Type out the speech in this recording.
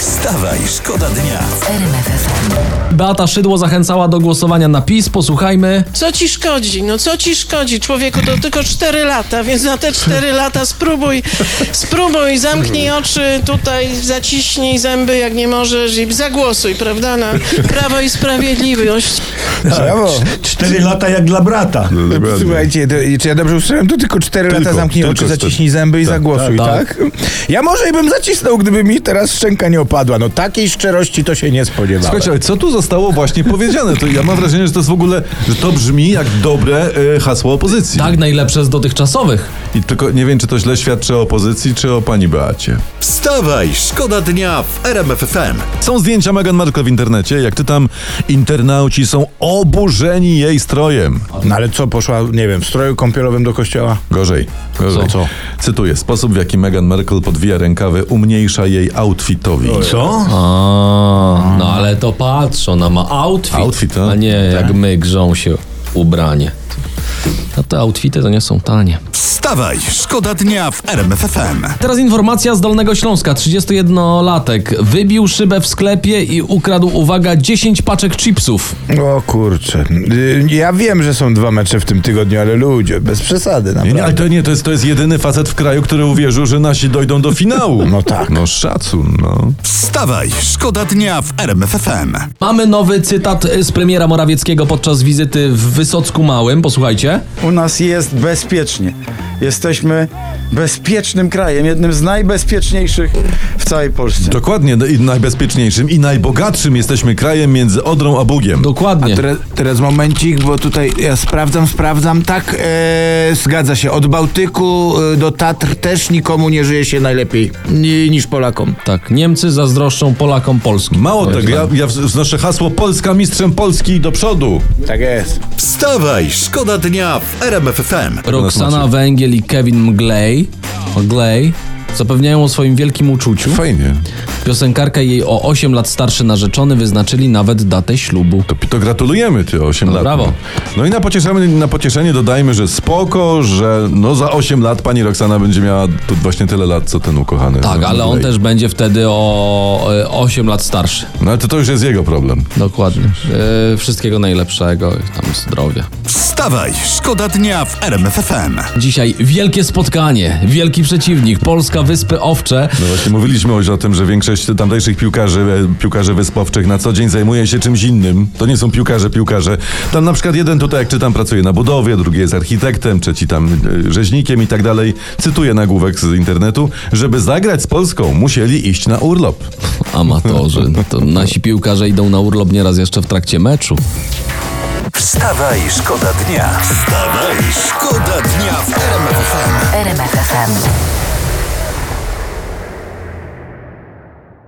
Wstawaj, szkoda dnia. Beata Szydło zachęcała do głosowania na PiS. Posłuchajmy. Co ci szkodzi? No co ci szkodzi? Człowieku, to tylko 4 lata, więc na te 4 lata spróbuj, spróbuj, zamknij oczy tutaj, zaciśnij zęby jak nie możesz i zagłosuj, prawda, na Prawo i Sprawiedliwość. Brawo. No, Cztery lata jak dla brata. Słuchajcie, to, czy ja dobrze usłyszałem? To tylko 4 No, Tylko, lata zamknij tylko oczy, cztery. zaciśnij zęby i Tak, zagłosuj, tak, Ja może i bym zacisnął, gdyby mi teraz szczęka nie opadła. No takiej szczerości to się nie spodziewałem. Słuchajcie, ale co tu zostało właśnie powiedziane? To ja mam wrażenie, że to jest w ogóle, że to brzmi jak dobre e, hasło opozycji. Tak, najlepsze z dotychczasowych. I tylko nie wiem, czy to źle świadczy o opozycji, czy o pani Beacie. Wstawaj, szkoda dnia w RMF FM. Są zdjęcia Meghan Markle w internecie. Jak czytam, internauci są oburzeni jej strojem. No ale co, poszła, nie wiem, w stroju kąpielowym do kościoła? Gorzej. Gorzej. Co, co? Cytuję. Sposób, w jaki Meghan Markle podwija rękawy, umniejsza jej outfitowi. Co? No ale to patrz, ona ma outfit, Outfit, tak? a? a nie jak my grzą się ubranie. A No te outfity to nie są tanie. Wstawaj, szkoda dnia w RMF FM. Teraz informacja z Dolnego Śląska. 31-latek wybił szybę w sklepie i ukradł, uwaga, 10 paczek chipsów. O kurczę. Y, Ja wiem, że są dwa mecze w tym tygodniu, ale ludzie, bez przesady Nie, naprawdę. nie, ale to nie, to jest, to jest jedyny facet w kraju, który uwierzył, że nasi dojdą do finału. No tak. No szacun, no. Wstawaj, szkoda dnia w RMF FM. Mamy nowy cytat z premiera Morawieckiego podczas wizyty w Wysocku Małym. Posłuchajcie. U nas jest bezpiecznie. Jesteśmy bezpiecznym krajem, jednym z najbezpieczniejszych w całej Polsce. Dokładnie, no i najbezpieczniejszym i najbogatszym jesteśmy krajem między Odrą a Bugiem. Dokładnie. Teraz, teraz momencik, bo tutaj ja sprawdzam, sprawdzam. Tak, e, zgadza się. Od Bałtyku e, do Tatr też nikomu nie żyje się najlepiej ni, niż Polakom. Tak, Niemcy zazdroszczą Polakom Polski. Mało tego, ja, ja wznoszę hasło Polska mistrzem Polski i do przodu. Mhm. Tak jest. Wstawaj, szkoda dnia w RMF FM. Roxana Tak macie. Węgiel i Kevin Mglej, Mglej zapewniają o swoim wielkim uczuciu. Fajnie. Piosenkarka i jej o 8 lat starszy narzeczony wyznaczyli nawet datę ślubu. To, to gratulujemy ty 8 lat. brawo. No i na pocieszenie, na pocieszenie dodajmy, że spoko, że no za 8 lat pani Roxana będzie miała tu właśnie tyle lat, co ten ukochany. Tak, No, ale on Blake. też będzie wtedy o e, 8 lat starszy. No ale to, to już jest jego problem. Dokładnie. E, Wszystkiego najlepszego i tam zdrowia. Wstawaj, szkoda dnia w RMF FM. Dzisiaj wielkie spotkanie, wielki przeciwnik, Polska Wyspy Owcze. No właśnie mówiliśmy już o tym, że większość tamtejszych piłkarzy, e, piłkarzy wyspowczych na co dzień zajmuje się czymś innym. To nie są piłkarze, piłkarze. Tam na przykład jeden tutaj, jak czytam, pracuje na budowie, drugi jest architektem, trzeci tam e, rzeźnikiem i tak dalej. Cytuję nagłówek z internetu. Żeby zagrać z Polską, musieli iść na urlop. Amatorzy. No to nasi piłkarze idą na urlop nieraz jeszcze w trakcie meczu. Wstawaj, szkoda dnia. Wstawaj, szkoda dnia w RMF FM. RMFFM.